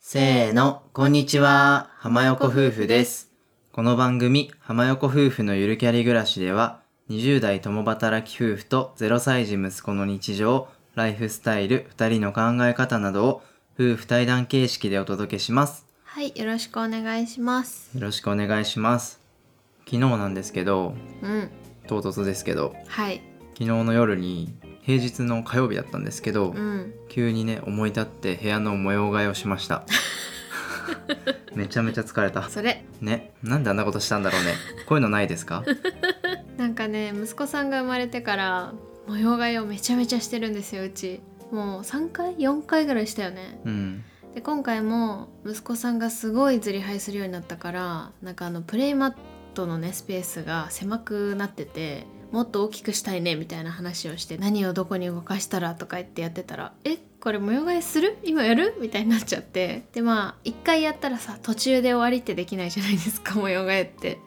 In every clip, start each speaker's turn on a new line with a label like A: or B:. A: せーの、こんにちは、浜横夫婦です。この番組、浜横夫婦のゆるキャリ暮らしでは、20代共働き夫婦と0歳児息子の日常、ライフスタイル、2人の考え方などを、夫婦対談形式でお届けします。
B: はい、よろしくお願いします。
A: よろしくお願いします。昨日なんですけど、
B: うん、
A: 唐突ですけど、
B: はい、
A: 昨日の夜に、平日の火曜日だったんですけど、
B: うん、
A: 急にね思い立って部屋の模様替えをしました めちゃめちゃ疲れた
B: それ、
A: ねなんであんなことしたんだろうねこういうのないですか
B: なんかね、息子さんが生まれてから模様替えをめちゃめちゃしてるんですよ、うち。もう3回 ?4 回ぐらいしたよね。
A: うん
B: で、今回も息子さんがすごいずり配するようになったから、なんかあのプレイマットのね、スペースが狭くなってて、もっと大きくしたいねみたいな話をして何をどこに動かしたらとか言ってやってたら「えこれ模様替えする今やる?」みたいになっちゃってでまあ一回やったらさ途中で終わりってできないじゃないですか 模様替えって。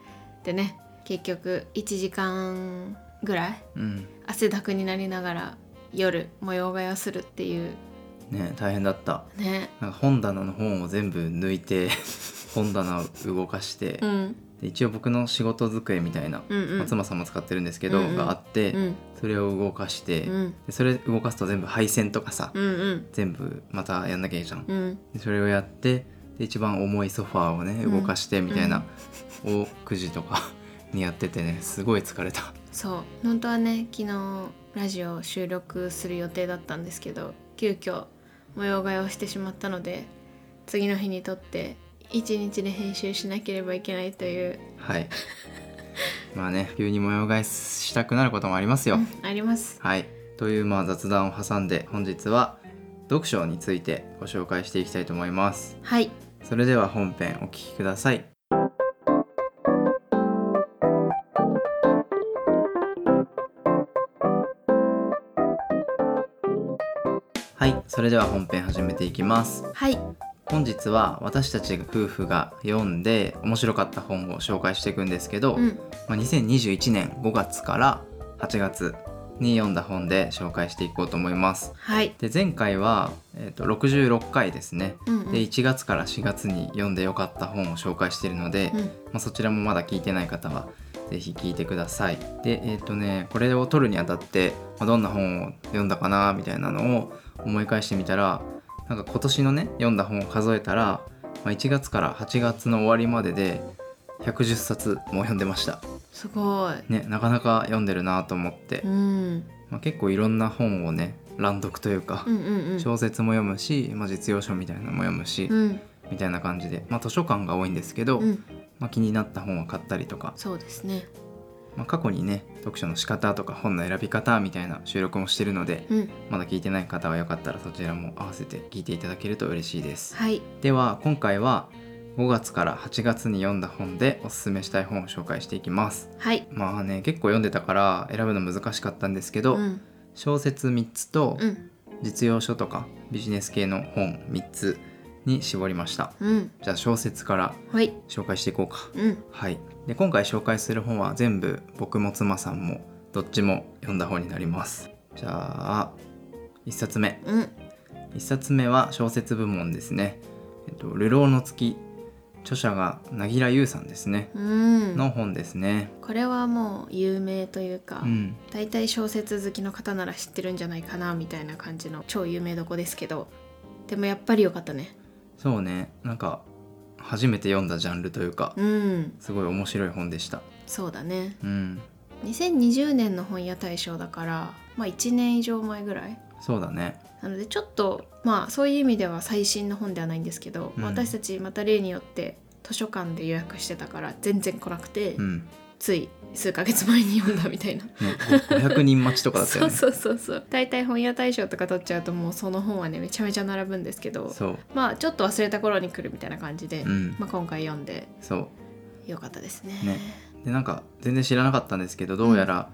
B: でね結局1時間ぐらい
A: うん
B: 汗だくになりながら夜模様替えをするっていう
A: ね大変だった
B: ね
A: なんか本棚の本を全部抜いて 本棚を動かして、
B: うん
A: で一応僕の仕事机みたいな、
B: うんうん
A: 松間さんも使ってるんですけど、
B: うんうん
A: があって、
B: うん
A: それを動かして、
B: うん
A: でそれ動かすと全部配線とかさ、
B: うんうん
A: 全部またやんなきゃいいじゃん
B: うん
A: でそれをやってで一番重いソファーをね
B: うん
A: 動かしてみたいな、を9時とか にやっててねすごい疲れた
B: そう本当はね昨日ラジオ収録する予定だったんですけど急遽模様替えをしてしまったので次の日にとって一日で編集しなければいけないという、
A: はい まあね急に模様替えしたくなることもありますよ、
B: うんあります
A: はいというまあ雑談を挟んで本日は読書についてご紹介していきたいと思います
B: はい
A: それでは本編お聞きくださいはい、それでは本編始めていきます
B: はい
A: 本日は私たち夫婦が読んで面白かった本を紹介していくんですけど、
B: うん
A: まあ、2021年5月から8月に読んだ本で紹介していこうと思います
B: はい
A: で前回は、えー、と66回ですね
B: うんうん
A: で1月から4月に読んでよかった本を紹介しているので、
B: うん
A: まあ、そちらもまだ聞いてない方はぜひ聞いてください。でえっ、とねこれを撮るにあたって、まあ、どんな本を読んだかなみたいなのを思い返してみたらなんか今年のね読んだ本を数えたら、まあ、1月から8月の終わりまでで110冊も読んでました。
B: すごい
A: ねなかなか読んでるなと思って
B: う、ん
A: まあ、結構いろんな本をね乱読というか
B: うんう。んうん
A: 小説も読むし、まあ、実用書みたいなのも読むし、
B: うん
A: みたいな感じで、まあ、図書館が多いんですけど、
B: うん
A: まあ、気になった本を買ったりとか、
B: そうですね
A: まあ、過去にね読書の仕方とか本の選び方みたいな収録もしてるので
B: うん
A: まだ聞いてない方はよかったらそちらも合わせて聞いていただけると嬉しいです
B: はい
A: では今回は5月から8月に読んだ本でおすすめしたい本を紹介していきます
B: はい
A: まあね結構読んでたから選ぶの難しかったんですけど、
B: うん
A: 小説3つと
B: うん
A: 実用書とかビジネス系の本3つに絞りました
B: うん
A: じゃあ小説から
B: はい
A: 紹介していこうか
B: うん
A: はい、で今回紹介する本は全部僕も妻さんもどっちも読んだ本になりますじゃあ1冊目
B: うん
A: 1冊目は小説部門ですね「えっと、流浪の月」著者が柳楽優さんですね
B: うん
A: の本ですね
B: これはもう有名というか、
A: うん
B: 大体小説好きの方なら知ってるんじゃないかなみたいな感じの超有名どこですけどでもやっぱり良かったね
A: そうねなんか初めて読んだジャンルというか
B: うん
A: すごい面白い本でした
B: そうだね
A: うん
B: 2020年の本屋大賞だからまあ1年以上前ぐらい
A: そうだね
B: なのでちょっとまあそういう意味では最新の本ではないんですけど、
A: うん
B: 私たちまた例によって図書館で予約してたから全然来なくて、
A: うん、ね、
B: つい数ヶ月前に読んだみたいな
A: 500人待ちとかだったよね
B: そうそうそうそう大体本屋大賞とか取っちゃうともうその本はねめちゃめちゃ並ぶんですけど
A: そう
B: まあちょっと忘れた頃に来るみたいな感じで、
A: うん
B: まあ、今回読んで
A: そう
B: よかったですね
A: ねでなんか全然知らなかったんですけどどうやら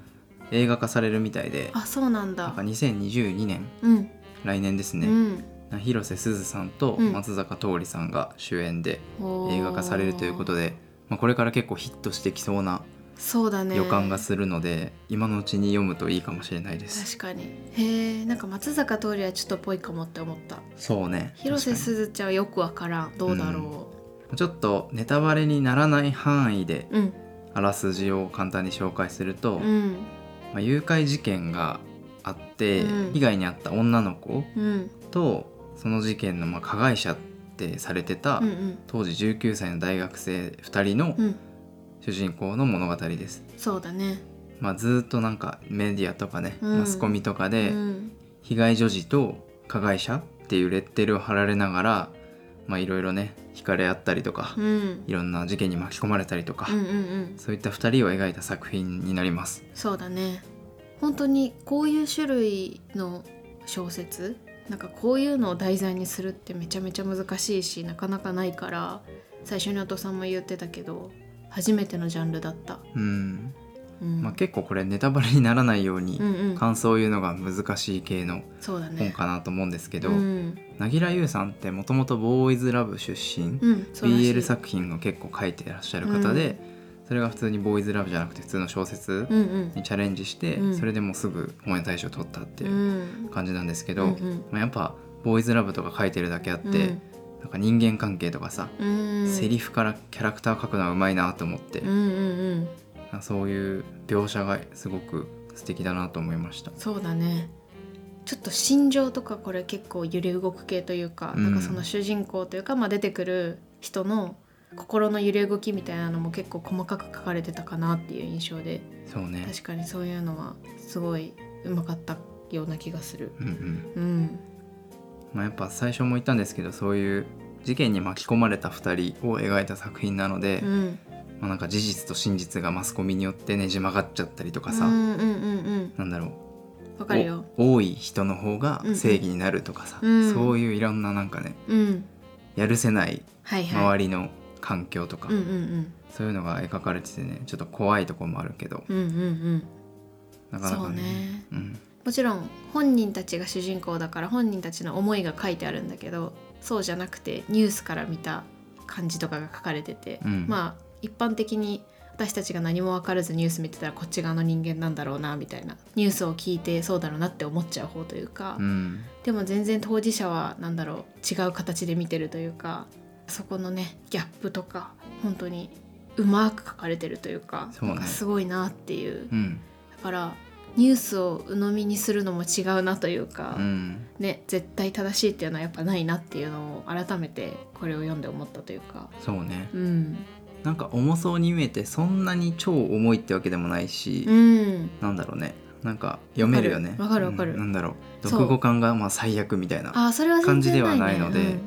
A: 映画化されるみたいで、
B: あそうな
A: な
B: ん
A: ん
B: だ
A: か2022年
B: うん、
A: 来年です
B: う
A: ね、
B: ん
A: な広瀬すずさんと
B: うん
A: 松坂桃李さんが主演で
B: おー
A: 映画化されるということで、まあ、これから結構ヒットしてきそうな
B: そうだね
A: 予感がするので、今のうちに読むといいかもしれないです
B: 確かにへえんか松坂桃李はちょっとぽいかもって思った
A: そうね
B: 広瀬
A: 確か
B: すずちゃんはよくわからんどうだろ
A: にちょっとネタバレにならない範囲で
B: ううん
A: あらすじを簡単に紹介すると、
B: うん
A: まあ、誘拐事件があって、
B: うん
A: 被害に遭った女の子
B: うんうん
A: とその事件のまあ加害者ってされてた、
B: うん
A: 当時19歳の大学生2人の
B: うん
A: 主人公の物語です。
B: そうだね
A: まあ、ずーっとなんかメディアとかね、
B: うん
A: マスコミとか
B: う
A: で
B: ん
A: 被害女児と加害者っていうレッテルを貼られながらまあいろいろね惹かれ合ったりとか、
B: うんうん
A: いろんな事件に巻き込まれたりとか、
B: うんうん
A: そういった2人を描いた作品になります。
B: そうだね本当にこういう種類の小説なんかこういうのを題材にするってめちゃめちゃ難しいしなかなかないから最初にお父さんも言ってたけど初めてのジャンルだった、
A: うん
B: うん
A: まあ、結構これネタバレにならないように
B: うんうん、
A: 感想を言うのが難しい系の
B: そうだ
A: 本
B: ね
A: かなと思うんですけど、
B: うん
A: なぎらゆうさんってもともとボーイズラブ出身、
B: うん、そうらしい
A: BL 作品を結構書いてらっしゃる方で、それが普通にボーイズラブじゃなくて普通の小説
B: うんうん
A: にチャレンジして、
B: うん
A: それでもうすぐ本屋大賞取ったって
B: う
A: いうん感じなんですけど、
B: うんうん
A: まあ、やっぱボーイズラブとか書いてるだけあって、なんか人間関係とかさ、
B: うん、
A: セリフからキャラクター書くのはうまいなと思って、
B: うんうんうん
A: なんかそういう描写がすごく素敵だなと思いました。
B: そうだねちょっと心情とかこれ結構揺れ動く系というか、
A: うん
B: なんかその主人公というか、まあ、出てくる人の心の揺れ動きみたいなのも結構細かく書かれてたかなっていう印象で
A: そうね
B: 確かにそういうのはすごいうまかったような気がする。
A: うんうん
B: うん、
A: まあ、やっぱ最初も言ったんですけどそういう事件に巻き込まれた2人を描いた作品なので、
B: うん、
A: まあ、なんか事実と真実がマスコミによってねじ曲がっちゃったりとかさ、
B: うんうんうんうん
A: なんだろう
B: わかるよ。
A: お多い人の方が正義になるとかさ、
B: うんうん
A: そういういろんななんかね
B: うん、
A: やるせない
B: はいはい。
A: 周りの環境とか、
B: うんうん
A: そういうのが描かれててねちょっと怖いとこもあるけど
B: うんうんうん
A: な
B: うん。
A: かな
B: そ
A: か
B: う
A: ね
B: ね。
A: うん
B: もちろん本人たちが主人公だから本人たちの思いが書いてあるんだけどそうじゃなくてニュースから見た感じとかが書かれてて、
A: うん
B: まあ一般的に私たちが何も分からずニュース見てたらこっち側の人間なんだろうなみたいなニュースを聞いてそうだろうなって思っちゃう方というか、
A: うん
B: でも全然当事者は何だろう違う形で見てるというかそこのねギャップとか本当にうまく書かれてるというか
A: そうね
B: なんかすごいなっていう
A: うん
B: だからニュースを鵜呑みにするのも違うなというか、
A: うん
B: ね絶対正しいっていうのはやっぱないなっていうのを改めてこれを読んで思ったというか
A: そうね
B: うん
A: なんか重そうに見えてそんなに超重いってわけでもないし、
B: うん
A: なんだろうねなんか読めるよね
B: わかるわかる
A: うんなんだろう
B: そう
A: 読語感がまあ最悪みたいな
B: あーそれは全
A: 感じで
B: 然
A: は
B: な
A: ないい
B: ね
A: ので
B: うん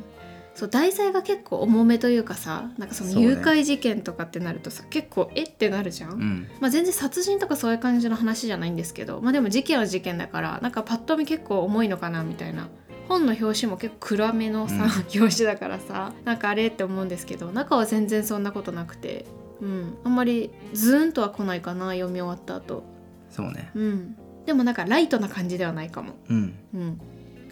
B: そう題材が結構重めというかさなんかそ
A: そ
B: の
A: うね
B: 誘拐事件とかってなるとさ、結構えってなるじゃん、
A: うん
B: まあ、全然殺人とかそういう感じの話じゃないんですけど、まあ、でも事件は事件だからなんかパッと見結構重いのかなみたいな本の表紙も結構暗めのさ、
A: うん
B: 表紙だからさなんかあれって思うんですけど中は全然そんなことなくて、うん、あんまりズーンとは来ないかな読み終わった後、
A: そうね
B: うんでもなんかライトな感じではないかも、
A: うん
B: うん、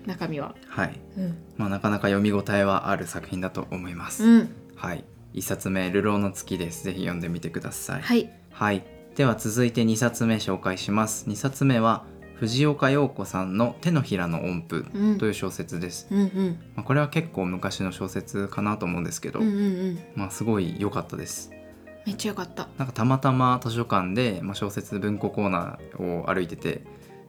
B: 中身は。
A: はい
B: うん
A: まあなかなか読み応えはある作品だと思います、
B: うん、
A: はい一冊目「流浪の月」ですぜひ読んでみてください
B: はい、
A: はい、では続いて2冊目紹介します2冊目は藤岡洋子さんの「手のひらの音符
B: う」ん、
A: という小説です、
B: うんうん
A: まあ、これは結構昔の小説かなと思うんですけど、
B: うんうんうん
A: まあ、すごい良かったです
B: めっちゃよかった。
A: なんかたまたま図書館で、まあ、小説文庫コーナーを歩いてて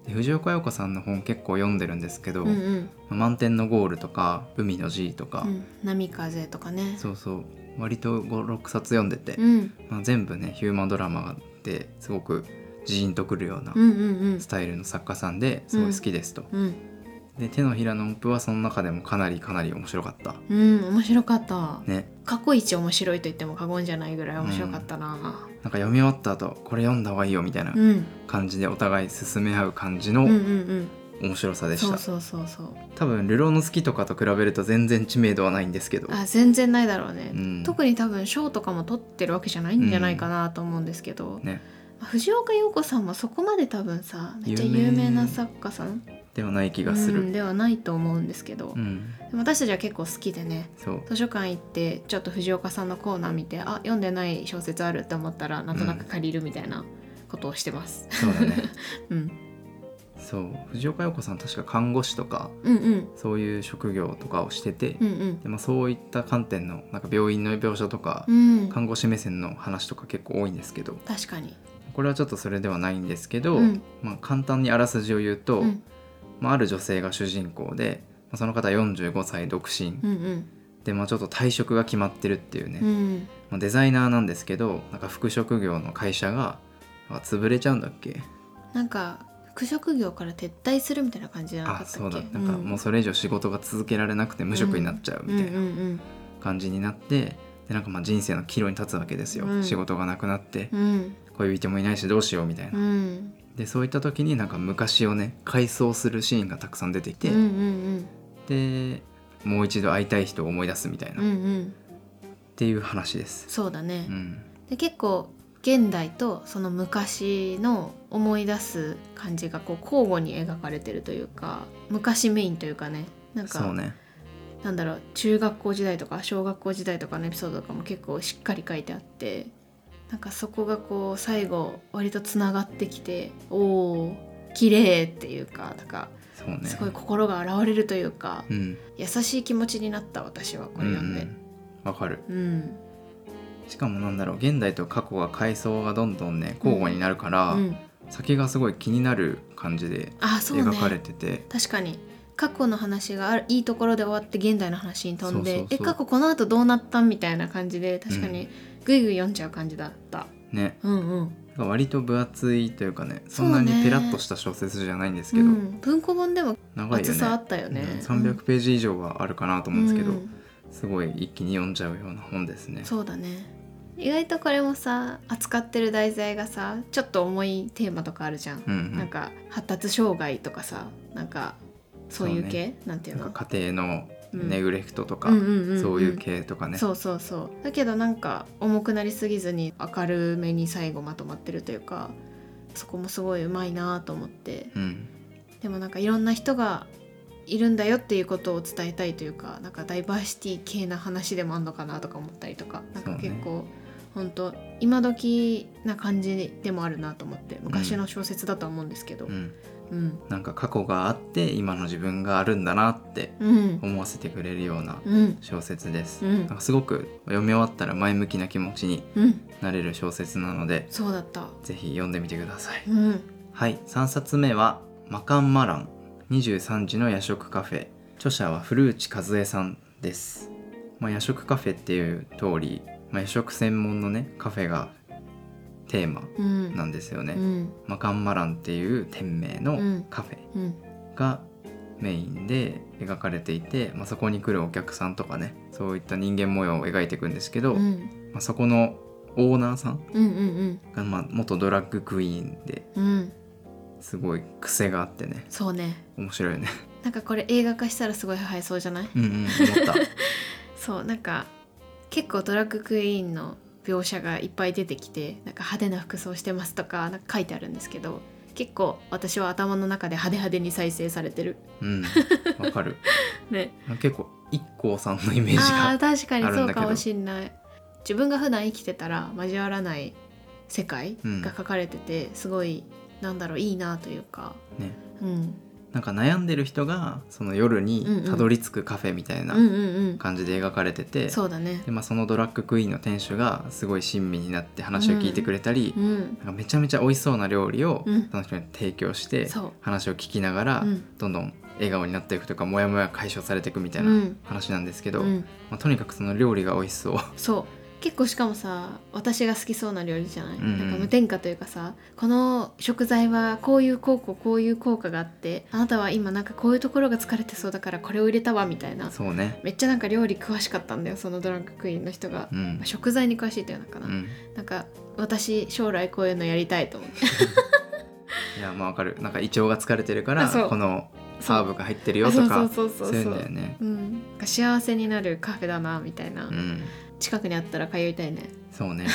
A: で藤岡洋子さんの本結構読んでるんですけど「
B: うんうん
A: まあ満天のゴール」とか「海の G」とか、
B: うん、波風とかね。
A: そうそう割と56冊読んでて、
B: うん
A: まあ、全部ねヒューマンドラマですごくジーンとくるような
B: うんうんうん
A: スタイルの作家さんですごい好きですと。
B: うん
A: で手のひらの音符はその中でもかなりかなり面白かった。
B: うん面白かった、
A: ね、
B: 過去一面白いと言っても過言じゃないぐらい面白かったな
A: なんか読み終わった後これ読んだ方がいいよみたいな
B: うん、うん、
A: 感じでお互い進め合う感じ
B: うん
A: の
B: うん
A: 面白さ
B: う
A: で
B: ん
A: し
B: そう
A: た。
B: そうそうそう
A: 多分「流浪の月」とかと比べると全然知名度はないんですけど、
B: あ全然ないだろうね、
A: うん
B: 特に多分賞とかも取ってるわけじゃないんじゃないかなと思うんですけど、
A: ね、
B: 藤岡洋子さんもそこまで多分さめっちゃ有名な作家さん
A: ではない気がす
B: うん
A: る。
B: ではないと思うんですけど、
A: うん、
B: でも私たちは結構好きでね
A: そう
B: 図書館行ってちょっと藤岡さんのコーナー見てあ読んでない小説あるって思ったらなんとなく借りるみたいなことをしてます。
A: そうだね
B: うん、
A: そう藤岡洋子さん確か看護師とか
B: うんうん
A: そういう職業とかをしてて、
B: うんうん
A: でまあ、そういった観点のなんか病院の描写とか、
B: うん
A: 看護師目線の話とか結構多いんですけど
B: 確かに。
A: これはちょっとそれではないんですけど、
B: うん
A: まあ、簡単にあらすじを言うと、
B: うん
A: まあ、ある女性が主人公で、まあ、その方45歳独身、
B: うんうん
A: で、まあ、ちょっと退職が決まってるっていうね、
B: うん
A: まあ、デザイナーなんですけどなんか副職業の会社がなんか潰れちゃうんだっけ
B: なんか副職業から撤退するみたいな感じじゃなかった
A: あ
B: っけ
A: そうだなんかもうそれ以上仕事が続けられなくて無職になっちゃうみたい
B: うんう
A: なん
B: うん
A: 感じになってでなんかまあ人生の岐路に立つわけですよ、
B: うん
A: 仕事がなくなって
B: うん
A: 恋人もいないしどうしようみたいな
B: う。ん
A: でそういった時になんか昔をね回想するシーンがたくさん出てきて、
B: うんうん
A: でもう一度会いたい人を思い出すみたいな、
B: うんう
A: っ
B: んうん
A: ていう話です。
B: そうだね、
A: うん、
B: で結構現代とその昔の思い出す感じがこう交互に描かれてるというか昔メインというかねなんか
A: そうね
B: なんだろう中学校時代とか小学校時代とかのエピソードとかも結構しっかり書いてあってなんかそこがこう最後割とつながってきておお綺麗っていうかなんか
A: そうね
B: すごい心が洗われるというか、
A: うん
B: 優しい気持ちになった私はこれ読ん
A: う
B: で
A: んうんわかる
B: うん
A: しかもなんだろう現代と過去が階層がどんどんね交互になるから、
B: うん
A: 先がすごい気になる感じで
B: あそうね
A: 描かれてて、
B: 確かに過去の話があるいいところで終わって現代の話に飛んで
A: そうそうそう
B: え過去この後どうなったんみたいな感じで確かにぐいぐい読んじゃう感じだった、
A: ね
B: うん、うん
A: なんか割と分厚いというかねそ
B: そうんね
A: なにペラッとした小説じゃないんですけ
B: う
A: ど、
B: ん文庫本でも
A: 長いよ
B: 厚
A: ね
B: さあったよね
A: うん300ページ以上はあるかなと
B: と
A: 思うんですけど、
B: うん
A: すごい一気に読んじゃうような本ですね。
B: そうだね意外とこれもさ扱ってる題材がさちょっと重いテーマとかあるじゃん、
A: うんう
B: なん
A: ん、
B: か発達障害とかさなんかそういう
A: そう
B: 系なんていう
A: な
B: の
A: んか家庭のネグレクトとか、
B: うんうんうんうん
A: そういう系とかね、
B: そうそうそうだけどなんか重くなりすぎずに明るめに最後まとまってるというかそこもすごいうまいなと思って
A: うん、
B: でもなんかいろんな人がいるんだよっていうことを伝えたいというかなんかダイバーシティ系な話でもあんのかなとか思ったりとかなんか
A: そうね
B: 結構、本当今時な感じでもあるなと思って昔の小説だとは思うんですけど、
A: うん、
B: うん、
A: なんか過去があって今の自分があるんだなって
B: うん
A: 思わせてくれるような
B: うん
A: 小説です、
B: うん
A: なんかすごく読み終わったら前向きな気持ちに
B: うん
A: なれる小説なので
B: そうだった
A: ぜひ読んでみてください、
B: うん
A: はい3冊目は「マカンマラン23時の夜食カフェ」著者は古内和恵さんです、まあ、夜食カフェっていう通り、まあ、夜食専門のねカフェがテーマ
B: うん
A: なんですよね、
B: うん
A: マカンマランっていう店名のカフェ、
B: うん
A: がメインで描かれていて、まあ、そこに来るお客さんとかねそういった人間模様を描いていくんですけど、
B: うんう
A: ま
B: ん
A: あ、そこのオーナーさん
B: うんうん
A: が、まあ、元ドラッグクイーンで
B: うん
A: すごい癖があってね
B: そうね
A: 面白いよね
B: なんかこれ映画化したらすごい映えそうじゃない
A: うんうん思った
B: そうなんか結構ドラッグクイーンの描写がいっぱい出てきてなんか派手な服装してますとかなんか書いてあるんですけど結構私は頭の中で派手派手に再生されてる
A: うんわかる
B: ね
A: 結構一 k さんのイメージ
B: あー
A: が
B: 確かに
A: ある
B: そ
A: ん
B: う
A: だけど
B: かもしんない自分が普段生きてたら交わらない世界
A: うん
B: が書かれてて、すごいなんだろういいなというか、
A: ね
B: うん、
A: なんか悩んでる人がその夜
B: うんうん
A: にたどり着くカフェみたいな
B: うんうんうん
A: 感じで描かれてて、
B: そうだね
A: でまあ、そのドラッグクイーンの店主がすごい親身になって話を聞いてくれたり、
B: うん
A: なんかめちゃめちゃ美味しそうな料理を
B: うん
A: その人に提供して、
B: そう
A: 話を聞きながら、
B: うん
A: どんどん笑顔になっていくとかモヤモヤ解消されていくみたいうなん話なんですけど、
B: うん
A: まあ、とにかくその料理が美味しそう
B: そう結構しかもさ私が好きそうな料理じゃない、
A: うんうん
B: なんか無添加というかさこの食材はこういう効果こういう効果があってあなたは今なんかこういうところが疲れてそうだからこれを入れたわみたいな
A: そうね
B: めっちゃなんか料理詳しかったんだよそのドラッグクイーンの人が
A: う、ん
B: まあ、食材に詳しいっていうのかな、
A: うん
B: なんか私将来こういうのやりたいと思って
A: いやまあわかるなんか胃腸が疲れてるか
B: あ
A: ら
B: そう
A: この
B: そう
A: ハーブが入ってるよと
B: あ
A: か
B: そうそうそうそう
A: そういうんだよね
B: うん、なんか幸せになるカフェだなみたいな、
A: うん
B: 近くにあったら通いたいね
A: そうね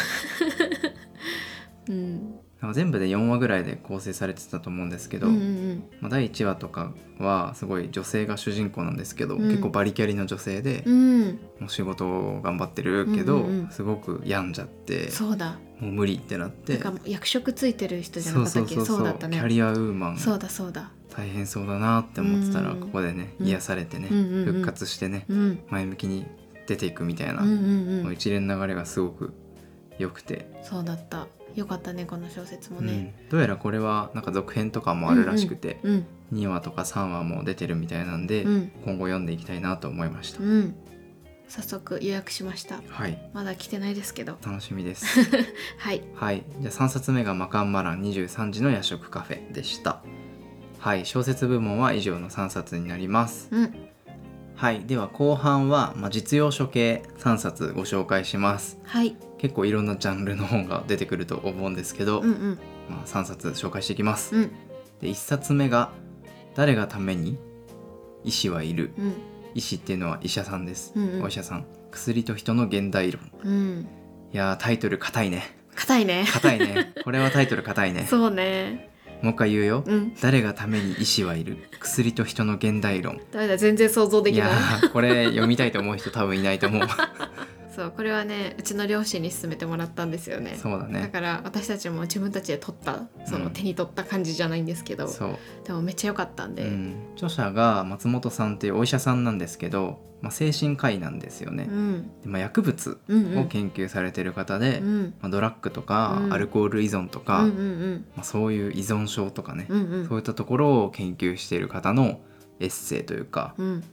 B: うん
A: なんか全部で4話ぐらいで構成されてたと思うんですけど、
B: うんうん
A: まあ、第1話とかはすごい女性が主人公なんですけど、
B: うん
A: 結構バリキャリの女性で、
B: うんうん
A: もう仕事を頑張ってるけど、
B: うんうんうん
A: すごく病んじゃって
B: そうだ
A: もう無理ってなって
B: なんか役職ついてる人じゃなかったっけそうだった
A: キャ
B: ね
A: リアウーマン
B: そうだそうだ
A: 大変そうだなって思ってたら、
B: うん
A: ここでね
B: うん
A: 癒されてね、
B: うんうんうん
A: 復活してね、
B: うん
A: 前向きに出ていくみたいな、
B: うんうん
A: こ
B: う
A: の
B: ん
A: 一連の流れがすごく良くて、
B: そうだったよかったねこの小説も
A: う
B: ね、
A: んどうやらこれはなんか続編とかもあるらしくて、
B: うん
A: 2話とか3話も出てるみたいなんで、
B: うん
A: 今後読んでいきたいなと思いました、
B: うん早速予約しました
A: はい
B: まだ来てないですけど
A: 楽しみです
B: はい
A: はいじゃあ3冊目が「マカンマラン23時の夜食カフェ」でしたはい小説部門は以上の3冊になります
B: うん
A: はいでは後半は、まあ、実用書系3冊ご紹介します
B: はい
A: 結構いろんなジャンルの本が出てくると思うんですけど、
B: うんうん
A: まあ、3冊紹介していきます、
B: うん
A: で1冊目が「誰がために医師はいる
B: うん」
A: 医師っていうのは医者さんです、
B: うんうん
A: お医者さん薬と人の現代論
B: うん
A: いやータイトル硬いね
B: 硬いね
A: 硬い ねこれはタイトル硬いね
B: そうね
A: もう一回言うよ、
B: うん
A: 誰がために医師はいる薬と人の現代論
B: ダメだ全然想像で
A: い
B: きな
A: や
B: い
A: ーこれ読みたいと思う人 多分いないと思う
B: そうこれはねうちの両親に勧めてもらったんですよね
A: そうだ
B: だ
A: ね
B: から私たちも自分たちで取ったその、
A: うん
B: 手に取った感じじゃないんですけど
A: そう
B: でもめっちゃ良かったんで、
A: う
B: うん
A: ん、著者が松本さんっていうお医者さんなんですけど、まあ、精神科医なんですよね、
B: うん、
A: でまあ、薬物
B: うんうん
A: を研究されてる方で、
B: うん
A: まあ、ドラッグとか、
B: うん
A: アルコール依存と
B: う
A: か、
B: んうん
A: まあ、そういう依存症とかね、
B: うんうん
A: そういったところを研究している方のエッセイというか、
B: うん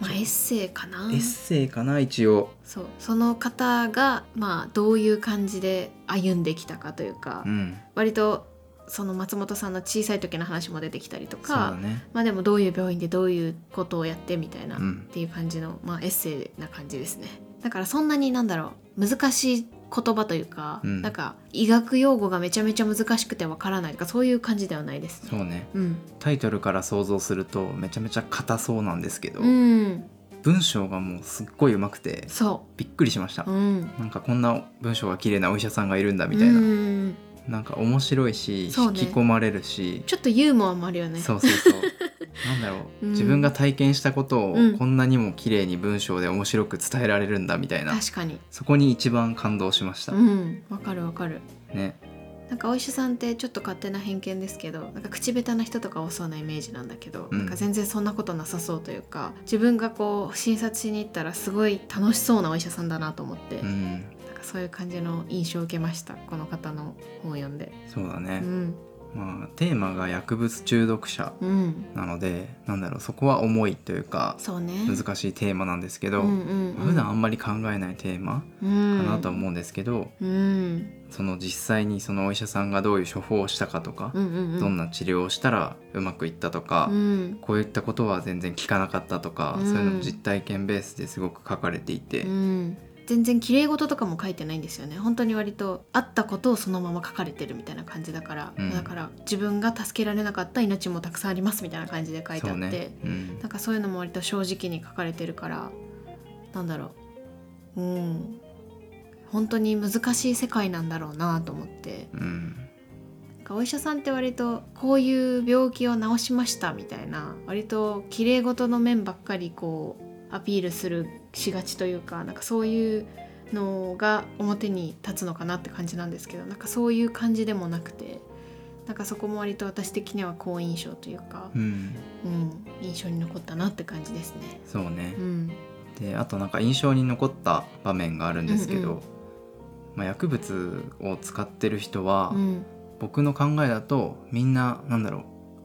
B: まあエッセイかな
A: エッセイかな一応、
B: そうその方がまあどういう感じで歩んできたかというか、
A: うん、
B: 割とその松本さんの小さい時の話も出てきたりと
A: そうだ
B: か、
A: ね
B: まあでもどういう病院でどういうことをやってみたいな、
A: うん
B: っていう感じの、まあ、エッセイな感じですねだからそんなになんだろう難しい言葉というか、
A: うん
B: なんか医学用語がめちゃめちゃ難しくてわからないとかそういう感じではないですね
A: そうね
B: うん、
A: タイトルから想像するとめちゃめちゃ硬そうなんですけど、
B: うん、
A: 文章がもうすっごいうまくて
B: そ
A: びっくりしました、
B: う、うん、
A: なんかこんな文章が綺麗なお医者さんがいるんだみたいな、
B: うん
A: なんか面白いし、
B: そう
A: 引
B: ね
A: き込まれるし、
B: ちょっとユーモアもあるよね
A: そうそう そうなんだろう、
B: うん
A: 自分が体験したことを
B: うん
A: こんなにも綺麗に文章で面白く伝えられるんだみたいな、
B: 確かに
A: そこに一番感動しました、
B: うんわかるわかる
A: ね
B: なんかお医者さんってちょっと勝手な偏見ですけどなんか口下手な人とか多そうなイメージなんだけど、
A: うん
B: なんか全然そんなことなさそうというか自分がこう診察しに行ったらすごい楽しそうなお医者さんだなと思って、
A: うん
B: なんかそういう感じの印象を受けましたこの方の本を読んで。
A: そうだ
B: う
A: ね、
B: ん
A: まあテーマが薬物中毒者
B: うん、
A: なのでなんだろうそこは重いというか
B: そうね
A: 難しいテーマなんですけど、
B: うんうんうん、
A: 普段あんまり考えないテーマかなとは思うんですけど、
B: うん、うん
A: その実際にそのお医者さんがどういう処方をしたかとか、
B: うんうんうん、
A: どんな治療をしたらうまくいったとか、
B: うん
A: こういったことは全然聞かなかったとか、
B: うん
A: そういうのも実体験ベースですごく書かれていて、
B: うん、全然綺麗事とかも書いてないんですよね本当に割とあったことをそのまま書かれてるみたいな感じだから、
A: うん
B: だから自分が助けられなかった命もたくさんありますみたいな感じで書いてあ
A: そ
B: っ
A: う
B: て、
A: ね、うん
B: なんかそういうのも割と正直に書かれてるからなんだろううん本当に難しい世界なんだろうなと思って
A: うん
B: なんかお医者さんって割とこういう病気を治しましたみたいな割と綺麗事の面ばっかりこうアピールするしがちというかなんかそういうのが表に立つのかなって感じなんですけどなんかそういう感じでもなくてなんかそこも割と私的には好印象というか
A: う、ん
B: うん、印象に残ったなって感じですね。
A: そうね
B: う、ん、
A: であとなんか印象に残った場面があるんですけど、
B: うんうん
A: まあ、薬物を使ってる人は、
B: うん
A: 僕の考えだとみんななんだろ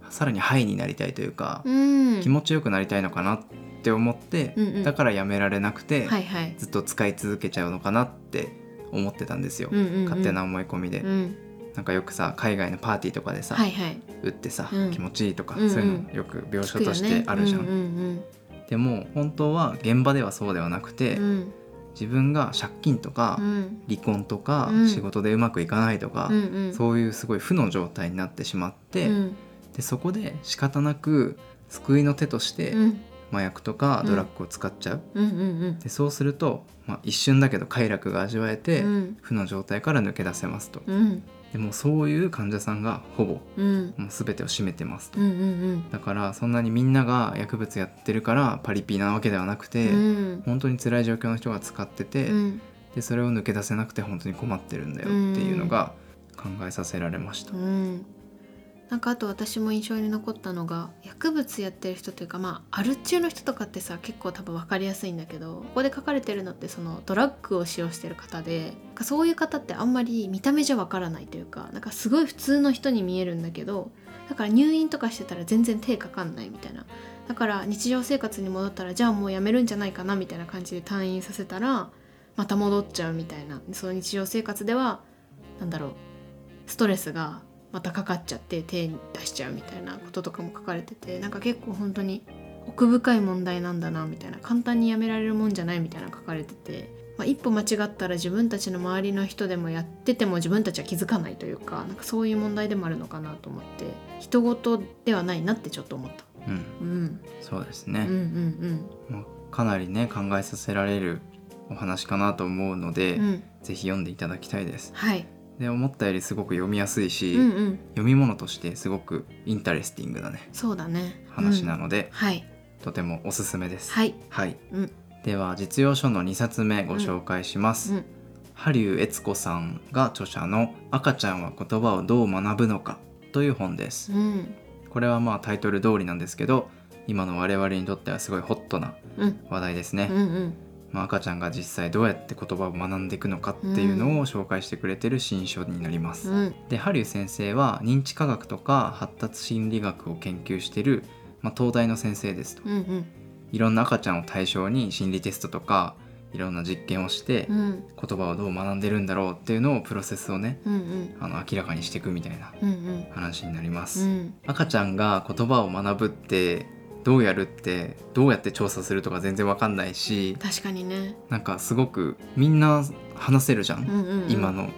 A: うさらにハイになりたいというか、
B: うん、
A: 気持ちよくなりたいのかなって思って、
B: うんうん
A: だからやめられなくて、
B: はいはい、
A: ずっと使い続けちゃうのかなって思ってたんですよ、
B: うんうんうん
A: 勝手な思い込みで、
B: うん、
A: なんかよくさ海外のパーティーとかでさ、
B: はいはい、
A: 打ってさ、
B: うん
A: 気持ちいいとか、
B: うんうん
A: そういうのよく描写とし
B: 聞くよ
A: て
B: ね
A: あるじゃん、
B: うんうん
A: でも本当は現場ではそうではなくて、
B: うんうん
A: 自分が借金とか、
B: うん
A: 離婚とか、
B: うん
A: 仕事でうまくいかないとか、
B: うんうん、
A: そういうすごい負の状態になってしまって、
B: うん
A: でそこで仕方なく救いの手として、
B: うん
A: 麻薬とか
B: うん
A: ドラッグを使っちゃう、
B: うんうんうん
A: でそうすると、まあ、一瞬だけど快楽が味わえて、
B: うん
A: 負の状態から抜け出せますと、
B: うん
A: でもそういう患者さんがほぼ
B: うん
A: もう全てを占めてます
B: うんうん
A: だからそんなにみんなが薬物やってるからパリピなわけではなく
B: う
A: て、
B: ん
A: 本当に辛い状況の人が使ってて、
B: うん
A: でそれを抜け出せなくて本当に困ってるんだよっていうのが考えさせられました。
B: うんなんかあと私も印象に残ったのが薬物やってる人というかまあアル中の人とかってさ結構多分分かりやすいんだけどここで書かれてるのってそのドラッグを使用してる方でなんかそういう方ってあんまり見た目じゃ分からないというかなんかすごい普通の人に見えるんだけどだから入院とかしてたら全然手かかんないみたいなだから日常生活に戻ったらじゃあもうやめるんじゃないかなみたいな感じで退院させたらまた戻っちゃうみたいなその日常生活ではなんだろうストレスがまたかかっちゃって手に出しちゃうみたいなこととかも書かれててなんか結構本当に奥深い問題なんだなみたいな簡単にやめられるもんじゃないみたいなの書かれてて、まあ、一歩間違ったら自分たちの周りの人でもやってても自分たちは気づかないというかなんかそういう問題でもあるのかなと思って人事ではないなってちょっと思った。
A: うん、
B: うん、
A: そうです
B: うんう
A: ね、
B: ん
A: まあかなりね考えさせられるお話かなと思うので、
B: うんうん
A: ぜひ読んでいただきたいです。
B: はい
A: で思ったよりすごく読みやすいし、
B: うんうん
A: 読み物としてすごくインタレスティングなね
B: そうだね
A: 話な
B: うん
A: ので、
B: はい
A: とてもおすすめです。
B: はい
A: はい、
B: うん
A: では実用書の2冊目ご紹介します。
B: うん
A: ハリュー悦子さんが著者の「赤ちゃんは言葉をどう学ぶのか」という本です。
B: うん
A: これはまあタイトル通りなんですけど今の我々にとってはすごいホットな
B: うん
A: 話題ですね。
B: うんうん
A: まあ、赤ちゃんが実際どうやって言葉を学んでいくのかっていうのを紹介してくれてる新書になります。
B: うん
A: でハリュー先生は認知科学とか発達心理学を研究してる、まあ、東大の先生ですと。
B: うんうん
A: いろんな赤ちゃんを対象に心理テストとかいろんな実験をして
B: うん
A: 言葉をどう学んでるんだろうっていうのをプロセスをね
B: うんうん
A: あの明らかにしていくみたいな
B: うんうん
A: 話になりま
B: う
A: す、
B: ん
A: 赤ちゃんが言葉を学ぶってどうやるってどうやって調査するとか全然わかんないし
B: 確かにね、
A: なんかすごくみんな話せるじゃん、
B: うんうんうん、
A: 今の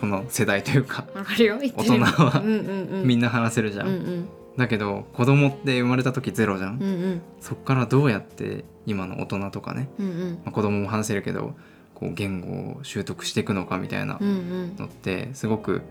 A: この世代というか
B: わかるよ言ってる
A: 大人は
B: うんうんうん、
A: み
B: ん
A: んな話せるじゃん、
B: うんうん
A: だけど子供って生まれた時ゼロじゃん、
B: うんうん
A: そっからどうやって今の大人とかね
B: うんうん
A: まあ、子供も話せるけどこう言語を習得していくのかみたいな
B: うん
A: のってすごく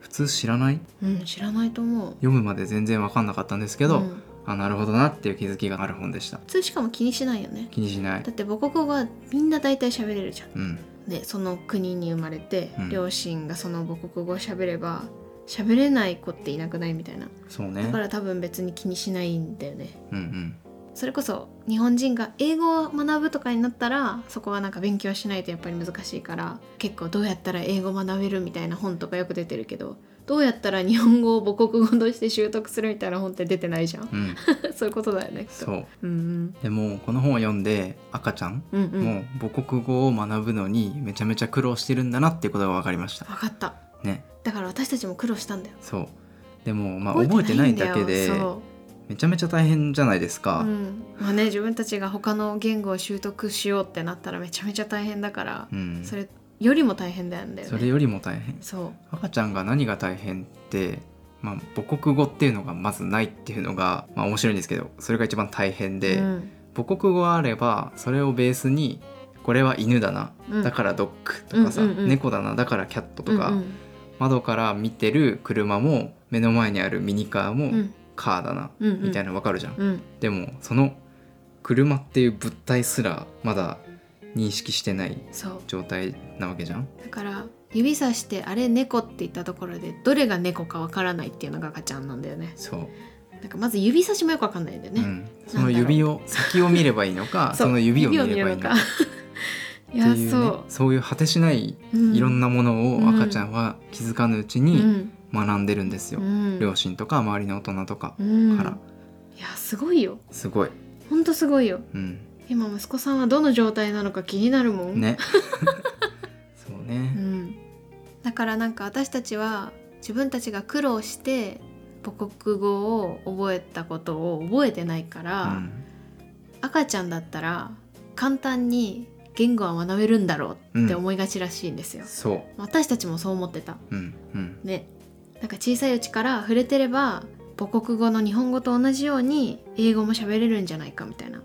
A: 普通知らない
B: うんうん知らないと思う
A: 読むまで全然分かんなかったんですけど、
B: うん
A: あなるほどなっていう気づきがある本でした
B: 普通しかも気にしないよね
A: 気にしない
B: だって母国語はみんな大体喋れるじゃん
A: うん
B: ねその国に生まれて、
A: うん
B: 両親がその母国語を喋れば喋れない子っていなくないみたいな
A: そう
B: だ
A: ね
B: から多分別に気にしないんだよね
A: うん
B: それこそ日本人が英語を学ぶとかになったらそこはなんか勉強しないとやっぱり難しいから結構どうやったら英語学べるみたいな本とかよく出てるけどどうやったら日本語を母国語として習得するみたいな本って出てないじゃん
A: うんうん
B: そういうことだよねきっと
A: そう
B: うん
A: でもこの本を読んで赤ちゃん
B: うんうんうん
A: も母国語を学ぶのにめちゃめちゃ苦労してるんだなっていうことが分かりました
B: 分かった
A: ね
B: だから私たちも苦労したんだよ
A: そうでもまあ覚えてないだけで
B: 覚えてないんだよ
A: めちゃめちゃ大変じゃないです
B: そう、
A: か、
B: うん、まあね自分たちが他の言語を習得しようってなったらめちゃめちゃ大変だから、
A: うん
B: それよりも大変なんだよね
A: それよりも大変
B: そう
A: 赤ちゃんが何が大変って、まあ、母国語っていうのがまずないっていうのが、まあ、面白いんですけどそれが一番大変で、
B: うん
A: 母国語があればそれをベースにこれは犬だな、
B: うん
A: だからドッグとかさ、
B: うんうんうん
A: 猫だなだからキャットとか、
B: うんうん
A: 窓から見てる車も目の前にあるミニカーも、
B: うん
A: カーだな、
B: うんうん
A: みたいなの分かるじゃん。
B: うん
A: でもその車っていう物体すらまだ認識してない
B: そう
A: 状態なわけじゃん。
B: だから指さして「あれ猫」って言ったところでどれが猫かわからないっていうのが赤ちゃんなんだよね
A: そう
B: なんかまず指さしもよくわかんないんだよ
A: う
B: ね、
A: ん、その指を先を見ればいいの かその指を見ればいいのかっ
B: い
A: ていう,、
B: や
A: ね、
B: そ、
A: そういう果てしないう
B: うん
A: いろんなものを赤ちゃんは気づかぬうち
B: う
A: に
B: ん
A: 学んでるんですよ、
B: うん
A: 両親とか周りの大人とか
B: うん
A: から
B: いやすごいよ
A: すごい、
B: ほんとすごいよ
A: うん、
B: 今息子さんはどの状態なのか気になるもん、
A: ねそう
B: う
A: ね、
B: ん、だからなんか私たちは自分たちが苦労して母国語を覚えたことを覚えてないか
A: う
B: ら、
A: ん
B: 赤ちゃんだったら簡単に言語は学べるんだろうって思いがちらしいんですよ、
A: そ
B: 私たちもそう思ってた
A: う、うんうん、
B: ねなんか小さいうちから触れてれば母国語の日本語と同じように英語も喋れるんじゃないかみたいなっ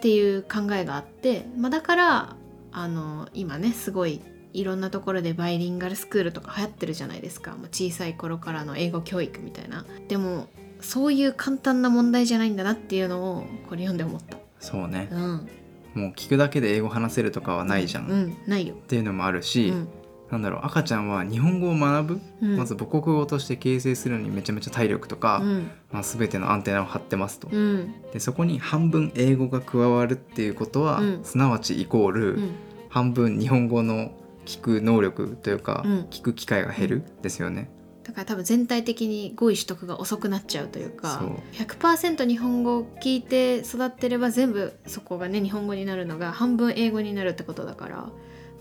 B: ていう考えがあって、まあ、だからあの今ねすごいいろんなところでバイリンガルスクールとか流行ってるじゃないですかもう小さい頃からの英語教育みたいなでもそういう簡単な問題じゃないんだなっていうのをこれ読んで思った
A: そうね
B: うん
A: もう聞くだけで英語話せるとかはないじゃん、
B: う
A: っ
B: んないよ、
A: ていうのもある
B: う
A: し、
B: ん
A: なんだろう赤ちゃんは日本語を学ぶ、
B: うん、
A: まず母国語として形成するのにめちゃめちゃ体力とか、
B: うん
A: まあ、全てのアンテナを張ってますと、
B: うん
A: でそこに半分英語が加わるっていうことは、
B: うん
A: すなわちイコール、
B: うん
A: 半分日本語の聞く能力というか、
B: うん
A: 聞く機会が減るですよね。
B: だから多分全体的に語彙取得が遅くなっちゃうというか
A: そう
B: 100%日本語を聞いて育ってれば全部そこがね日本語になるのが半分英語になるってことだから、ま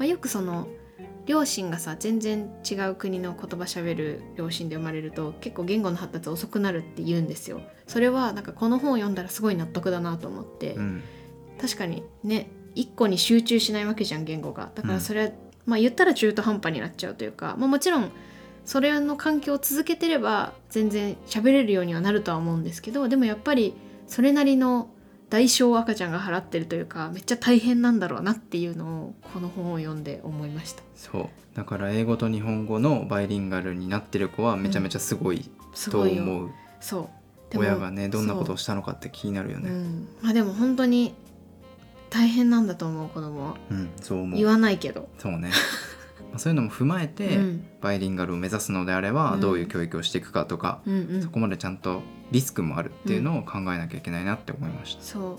B: あ、よくその両親がさ全然違う国の言葉しゃべる両親で生まれると結構言語の発達遅くなるって言うんですよ。それはなんかこの本を読んだらすごい納得だなと思って、
A: うん
B: 確かにね一個に集中しないわけじゃん言語がだか
A: う
B: ら
A: ん
B: それは、まあ言ったら中途半端になっちゃうというか、まあ、もちろんそれの環境を続けてれば全然喋れるようにはなるとは思うんですけどでもやっぱりそれなりの代償を赤ちゃんが払ってるというかめっちゃ大変なんだろうなっていうのをこの本を読んで思いました
A: そうだから英語と日本語のバイリンガルになってる子はめちゃめちゃすごい
B: す
A: と
B: ごいよ
A: 思う、
B: そう
A: 親がねどんなこと
B: を
A: をしたのかって気になるよ
B: う
A: ね。
B: ん、まあでも本当に大変なんだと思う子供は
A: うん、そう思
B: 言
A: う
B: わないけど、
A: そうねまあそういうのも踏まえて、
B: うん
A: バイリンガルを目指すのであれば、
B: うん
A: どういう教育をしていくかとか、
B: うんうん
A: そこまでちゃんとリスクもあるっていうのを考えなきゃいけないなって思いました。
B: そう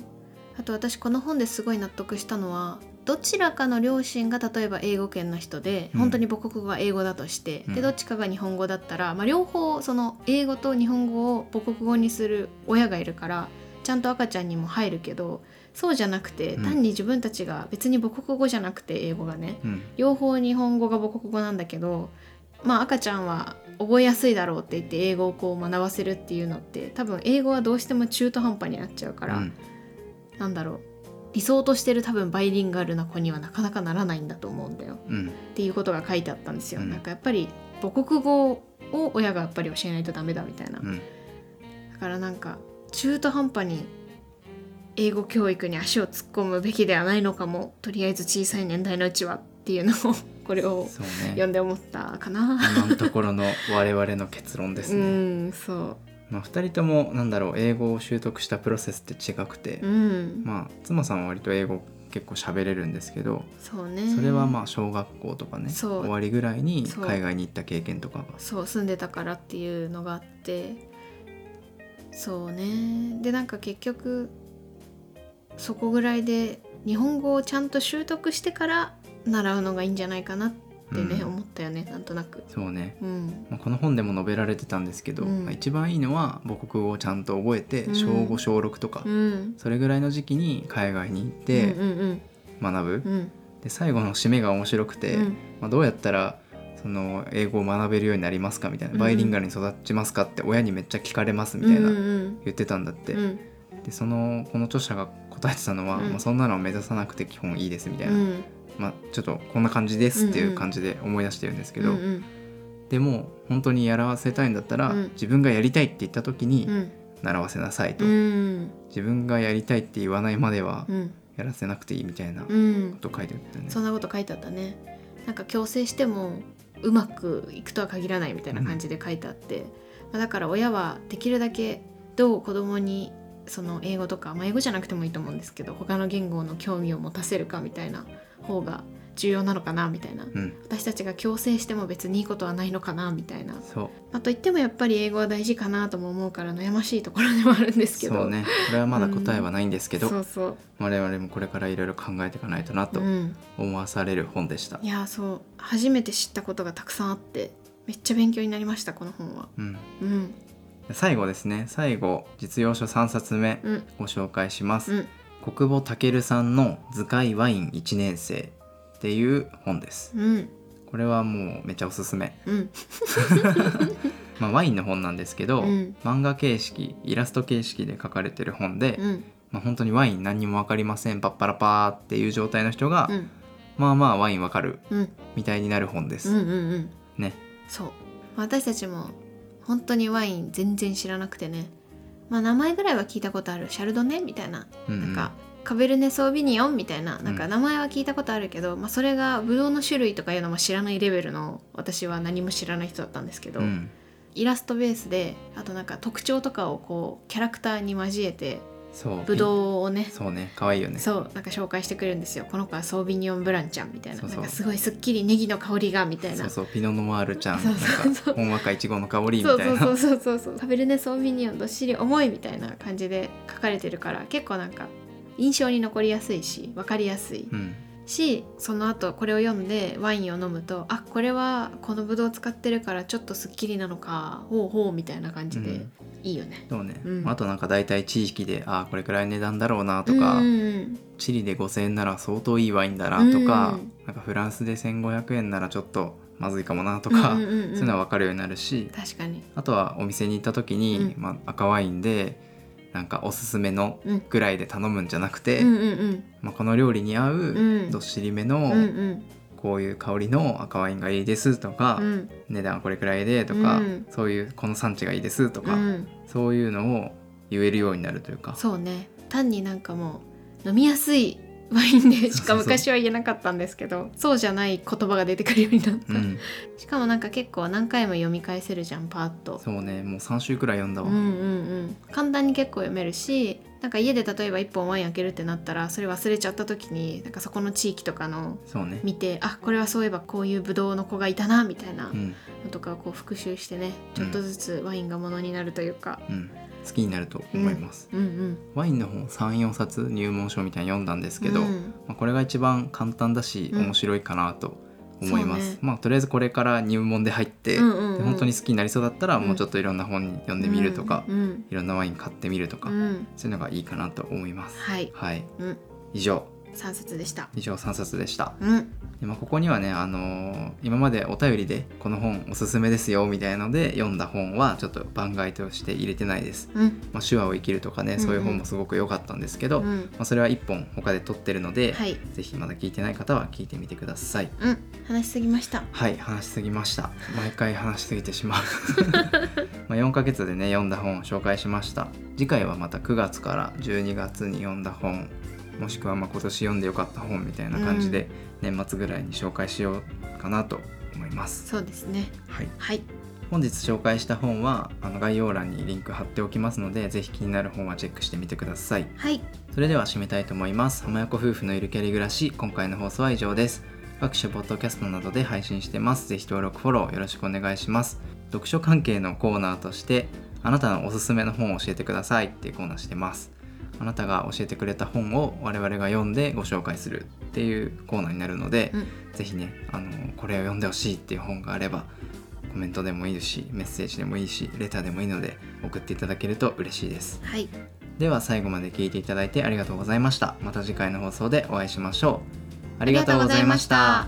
B: あと私この本ですごい納得したのはどちらかの両親が例えば英語圏の人で
A: うん
B: 本当に母国語が英語だとして、
A: うん
B: でどっちかが日本語だったら、まあ、両方その英語と日本語を母国語にする親がいるからちゃんと赤ちゃんにも入るけどそうじゃなくて
A: うん
B: 単に自分たちが別に母国語じゃなくて英語がね
A: うん
B: 両方日本語が母国語なんだけど、まあ、赤ちゃんは覚えやすいだろうって言って英語をこう学ばせるっていうのって多分英語はどうしても中途半端になっちゃうから。
A: うん
B: なんだろう理想としてる多分バイリンガルな子にはなかなかならないんだと思うんだよ
A: うん
B: っていうことが書いてあったんですよ、
A: うん
B: なんかやっぱり母国語を親がやっぱり教えないとダメだみたいな、
A: うん
B: だからなんか中途半端に英語教育に足を突っ込むべきではないのかもとりあえず小さい年代のうちはっていうのを これを
A: そう
B: 読
A: ね
B: んで思ったかな。
A: 今のところの我々の結論です
B: う
A: ね、
B: んそ
A: まあ、2人ともなんだろう英語を習得したプロセスって違くて、
B: う、うん
A: まあ妻さんは割と英語結構喋れるんですけど
B: そうね
A: それはまあ小学校とかね
B: そう
A: 終わりぐらいに
B: そう
A: 海外に行った経験とかが
B: そう住んでたからっていうのがあってそうねでなんか結局そこぐらいで日本語をちゃんと習得してから習うのがいいんじゃないかなってね、
A: うん
B: 思ったよねなんとなく。
A: そうね、
B: うん
A: まあ、この本でも述べられてたんですけど、
B: うん
A: まあ一番いいのは母国語をちゃんと覚えて
B: うん
A: 小5小6とか、
B: うん
A: それぐらいの時期に海外に行っ
B: う
A: て
B: んうん
A: 学ぶ、
B: うんうん
A: で最後の締めが面白くて、
B: うん
A: まあ、どうやったらその英語を学べるようになりますかみたいな、
B: うん
A: バイリンガルに育ちますかって親にめっちゃ聞かれますみたいな、
B: うんうん
A: 言ってたんだって、
B: うん
A: でそのこの著者が答えてたのは、
B: うん
A: まあ、そんなのを目指さなくて基本いいですみたいな、
B: うん
A: まあ、ちょっとこんな感じですっていう感じで思い出してるんですけど、
B: うんうん
A: でも本当にやらせたいんだったら、
B: うん
A: 自分がやりたいって言った時に
B: うん
A: 習わせなさいと、
B: うん
A: 自分がやりたいって言わないまでは
B: うん
A: やらせなくていいみたいなこ
B: うん
A: と書いてあったよね。
B: そんなこと書いてあったねなんか強制してもうまくいくとは限らないみたいな感じで書いてあって、まあだから親はできるだけどう子供にその英語とか、まあ、英語じゃなくてもいいと思うんですけど他の言語の興味を持たせるかみたいな方が重要なのかなみたいな
A: うん、
B: 私たちが強制しても別にいいことはないのかなみたいな
A: そう
B: まあといってもやっぱり英語は大事かなとも思うから悩ましいところでもあるんですけど
A: そうねこれはまだ答えはないんですけど、
B: そうそう
A: 我々もこれからいろいろ考えていかないとなと
B: うん
A: 思わされる本でした
B: い、やーそう初めて知ったことがたくさんあってめっちゃ勉強になりましたこの本は。
A: うん、
B: うん
A: 最後ですね最後実用書3冊目
B: うん
A: ご紹介します、
B: うん
A: 国保健さんの「図解ワイン1年生」っていう本です
B: うん
A: これはもうめっちゃおすすめ、
B: うん
A: まあ、ワインの本なんですけど、
B: うん
A: 漫画形式イラスト形式で書かれてる本で、
B: うん
A: まあ、本当にワイン何にも分かりませんパッパラパーっていう状態の人が、
B: うん
A: まあまあワイン分かる
B: うん
A: みたいになる本です、
B: うんうんうん
A: ね
B: そう私たちも本当にワイン全然知らなくてねまあ名前ぐらいは聞いたことあるシャルドネみたいな
A: うんう
B: なんんかカベルネ・ソービニオンみたいななん
A: う
B: か
A: ん
B: 名前は聞いたことあるけど、まあ、それがブドウの種類とかいうのも知らないレベルの私は何も知らない人だったんですけど、
A: うん
B: イラストベースであとなんか特徴とかをこうキャラクターに交えて
A: そう
B: ブドウをね
A: そうね可愛いよね
B: そうなんか紹介してくれるんですよこの子はソービニオン・ブランちゃんみたいな
A: そうそう
B: なんかすごいすっきりネギの香りがみたいな
A: そうそうピノノワールちゃん
B: そ
A: な
B: うんそうそう
A: かほんわかいちごの香りみた
B: そ
A: いうな
B: そうそうそうそうそうカベルネ・ソービニオンどっしり重いみたいな感じで書かれてるから結構なんか印象に残りやすいし分かりやすい
A: うん
B: しその後これを読んでワインを飲むとあこれはこのブドウ使ってるからちょっとすっきりなのかほうほうみたいな感じで、
A: うん
B: いいよね。
A: そうね、
B: うん
A: あとなんか大体地域であーこれくらい値段だろうなとか、
B: うんうん
A: チリで5,000円なら相当いいワインだなとか、
B: うん
A: なんかフランスで1,500円ならちょっとまずいかもなと
B: うん
A: か、
B: うんうんうん
A: そういうのは分かるようになるし
B: 確かに、
A: あとはお店に行った時に、
B: う
A: まあ、赤ワインでなんかおすすめの
B: うん、
A: ぐらいで頼むんじゃなくて、
B: うんうん
A: まあ、この料理に合う
B: うん
A: どっしりめ
B: う
A: の
B: んうん
A: こういう香りの赤ワインがいいですとか、
B: うん
A: 値段はこれくらいでとか、
B: うん
A: そういうこの産地がいいですと
B: う
A: か、
B: ん
A: そういうのを言えるようになるというか
B: そうね単になんかもう飲みやすいワインで
A: そう
B: しか昔は言えなかったんですけどそうじゃない言葉が出てくるようになった、
A: うん、
B: しかもなんか結構何回も読み返せるじゃんパーッと
A: そうねもう3週くらい読んだわ、
B: うんうんうん簡単に結構読めるしなんか家で例えば1本ワイン開けるってなったらそれ忘れちゃった時になんかそこの地域とかの
A: そうね、
B: 見てあこれはそういえばこういうブドウの子がいたなみたいな
A: う
B: の
A: ん
B: とかをこう復習してね
A: う
B: ち
A: ん
B: ょっとずつワインがものになるというか、
A: うん、好きになると思います、
B: うん、うん
A: ワインの本34冊入門書みたいに読んだんですけど、
B: うん
A: まあ、これが一番簡単だし、
B: うん
A: 面白いかなと思いま
B: そう
A: す、
B: ね
A: まあとりあえずこれから入門で入って、
B: うんうんうん
A: で本当に好きになりそうだったら、
B: うん
A: もうちょっといろんな本読んでみるとか、
B: うんうん
A: いろんなワイン買ってみるとか、
B: うん
A: そういうのがいいかなと思います
B: はい、
A: はい
B: うん、
A: 以上
B: 3冊でした
A: 以上3冊でした
B: うん
A: で、まあ、ここにはね、あのー今までお便りでこの本おすすめですよみたいので読んだ本はちょっと番外として入れてないです、
B: うん
A: まあ、手話を生きるとかねそういう本もすごく良かったんですけ
B: う
A: ど、ま
B: ん
A: あ、それは1本他で撮ってるので、
B: はい
A: ぜひまだ聞いてない方は聞いてみてください
B: うん話しすぎました
A: はい話しすぎま した毎回話しすぎて しまうまあ4ヶ月でね読んだ本を紹介しました次回はまた9月から12月に読んだ本もしくはまあ今年読んでよかった本みたいな感じで、年末ぐらいに紹介しようかなと思います、
B: そうですね
A: はい、
B: はい
A: 本日紹介した本はあの概要欄にリンク貼っておきますのでぜひ気になる本はチェックしてみてください
B: はい
A: それでは締めたいと思います浜横夫婦のゆるキャリ暮らし今回の放送は以上です各種ポッドキャストなどで配信してますぜひ登録フォローよろしくお願いします読書関係のコーナーとしてあなたのおすすめの本を教えてくださいっていうコーナーしてますあなたが教えてくれた本を我々が読んでご紹介するっていうコーナーになるので、
B: うん
A: ぜひねあのこれを読んでほしいっていう本があればコメントでもいいしメッセージでもいいしレターでもいいので送っていただけると嬉しいです
B: はい
A: では最後まで聞いていただいてありがとうございましたまた次回の放送でお会いしましょうあ
B: あ
A: りがとうございました